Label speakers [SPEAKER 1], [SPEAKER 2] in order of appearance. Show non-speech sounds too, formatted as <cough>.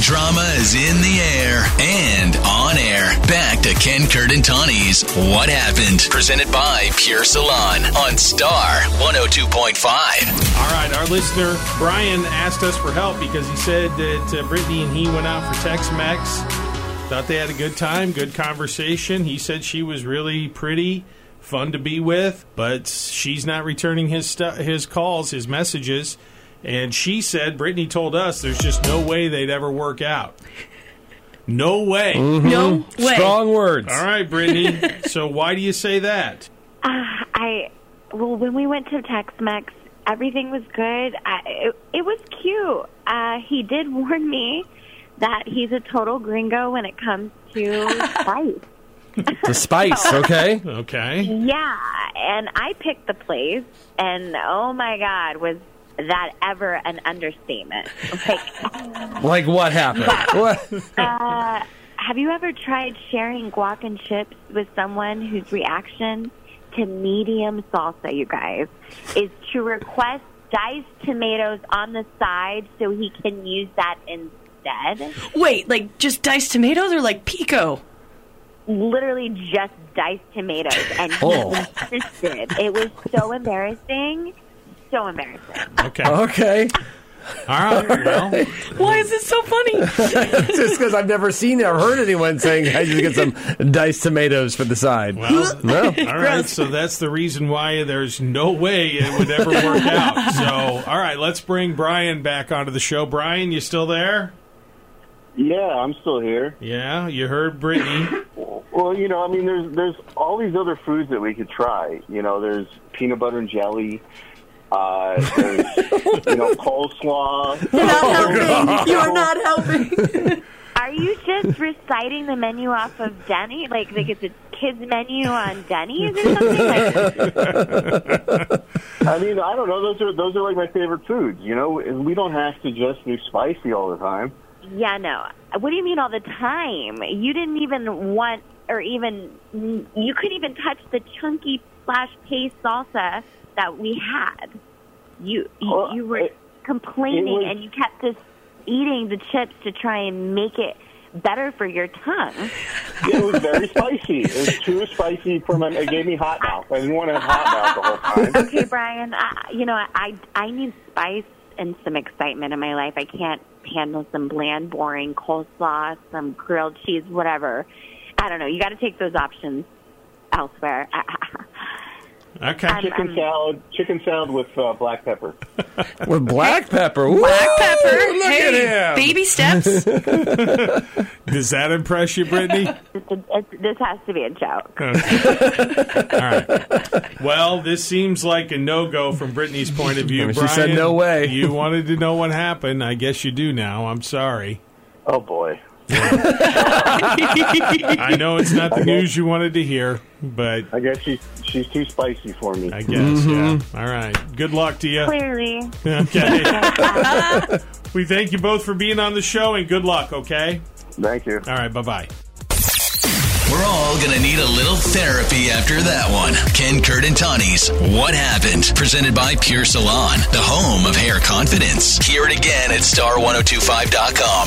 [SPEAKER 1] Drama is in the air and on air. Back to Ken Kurt and Tawny's What Happened, presented by Pure Salon on Star 102.5.
[SPEAKER 2] All right, our listener Brian asked us for help because he said that uh, Brittany and he went out for Tex-Mex. Thought they had a good time, good conversation. He said she was really pretty, fun to be with, but she's not returning his stu- his calls, his messages. And she said Brittany told us there's just no way they'd ever work out. No way.
[SPEAKER 3] No way.
[SPEAKER 4] Strong words.
[SPEAKER 2] All right, <laughs> Brittany. so why do you say that?
[SPEAKER 5] Ah, I well, when we went to Tex-Mex, everything was good. I, it, it was cute. Uh, he did warn me that he's a total gringo when it comes to spice.
[SPEAKER 4] The <laughs> spice, okay?
[SPEAKER 2] Okay.
[SPEAKER 5] Yeah, and I picked the place, and oh my god, was that ever an understatement? Like,
[SPEAKER 4] Like what happened? What?
[SPEAKER 5] uh, have you ever tried sharing guac and chips with someone whose reaction to medium salsa, you guys, is to request diced tomatoes on the side so he can use that instead?
[SPEAKER 3] <laughs> Wait, like just diced tomatoes or like pico?
[SPEAKER 5] literally just diced tomatoes and he
[SPEAKER 4] Oh.
[SPEAKER 5] insisted. It was so embarrassing. So embarrassing.
[SPEAKER 2] Okay. All
[SPEAKER 4] Okay.
[SPEAKER 2] right. Well,
[SPEAKER 3] Why is it so funny?
[SPEAKER 4] Just because I've never seen or heard anyone saying, I just get some diced tomatoes for the side.
[SPEAKER 2] well,
[SPEAKER 4] no.
[SPEAKER 2] All right, so that's the reason why there's no way it would ever
[SPEAKER 4] <laughs>
[SPEAKER 2] work out. So, all right, let's bring Brian back onto the show. Brian, you still there?
[SPEAKER 6] Yeah, I'm still here.
[SPEAKER 2] Yeah, you heard Brittany.
[SPEAKER 6] Well, you know, I mean, there's there's all these other foods that we could try. You know, there's peanut butter and jelly. Uh, there's, you know, coleslaw.
[SPEAKER 3] <laughs> You're not helping. You're not helping.
[SPEAKER 5] Are you just reciting the menu off of Denny? Like, like it's a kids menu on Denny's or something? Like,
[SPEAKER 6] I mean, I don't know. Those are those are like my favorite foods. You know, and we don't have to just do spicy all the time.
[SPEAKER 5] yeah, no. What do you mean all the time? You didn't even want, or even, you couldn't even touch the chunky slash paste salsa that we had. You, you,
[SPEAKER 6] Well,
[SPEAKER 5] you were
[SPEAKER 6] it-
[SPEAKER 5] complaining,
[SPEAKER 6] it was-
[SPEAKER 5] and you kept just eating the chips to try and make it better for your tongue.
[SPEAKER 6] It was very spicy. It was too spicy for my. It gave me hot mouth. I didn't want to have hot mouth the whole time.
[SPEAKER 5] okay, Brian. I, you know, I I need spice and some excitement in my life. I can't handle some bland, boring coleslaw, some grilled cheese, whatever. I don't know. You got to take those options elsewhere. <laughs> Um,
[SPEAKER 2] Okay.
[SPEAKER 6] Chicken salad, chicken salad with uh, black pepper.
[SPEAKER 4] <laughs> With black pepper. Woo!
[SPEAKER 3] Black pepper.
[SPEAKER 4] Look
[SPEAKER 3] hey,
[SPEAKER 4] at him.
[SPEAKER 3] baby steps.
[SPEAKER 2] <laughs> Does that impress you, Brittany?
[SPEAKER 5] It's a- it's- this has to be a joke.
[SPEAKER 2] Well, this seems like a no go from Brittany's point of view.
[SPEAKER 4] <laughs> She
[SPEAKER 2] Brian,
[SPEAKER 4] said no way.
[SPEAKER 2] You wanted to know what happened. I guess you do now. I'm sorry.
[SPEAKER 6] Oh boy.
[SPEAKER 2] I know it's not the news you wanted to hear, but
[SPEAKER 6] I guess she's she's too spicy for me.
[SPEAKER 2] I guess,
[SPEAKER 4] Mm-hmm.
[SPEAKER 2] yeah. All right. Good luck to you.
[SPEAKER 5] Clearly,
[SPEAKER 2] Okay. we thank you both for being on the show and good luck, okay?
[SPEAKER 6] Thank you.
[SPEAKER 2] All right, bye bye.
[SPEAKER 1] We're all going to need a little therapy after that one. Ken Kurt and Tawny's What Happened, presented by oh Pure Salon, the home of hair confidence. Hear it again at star1025.com.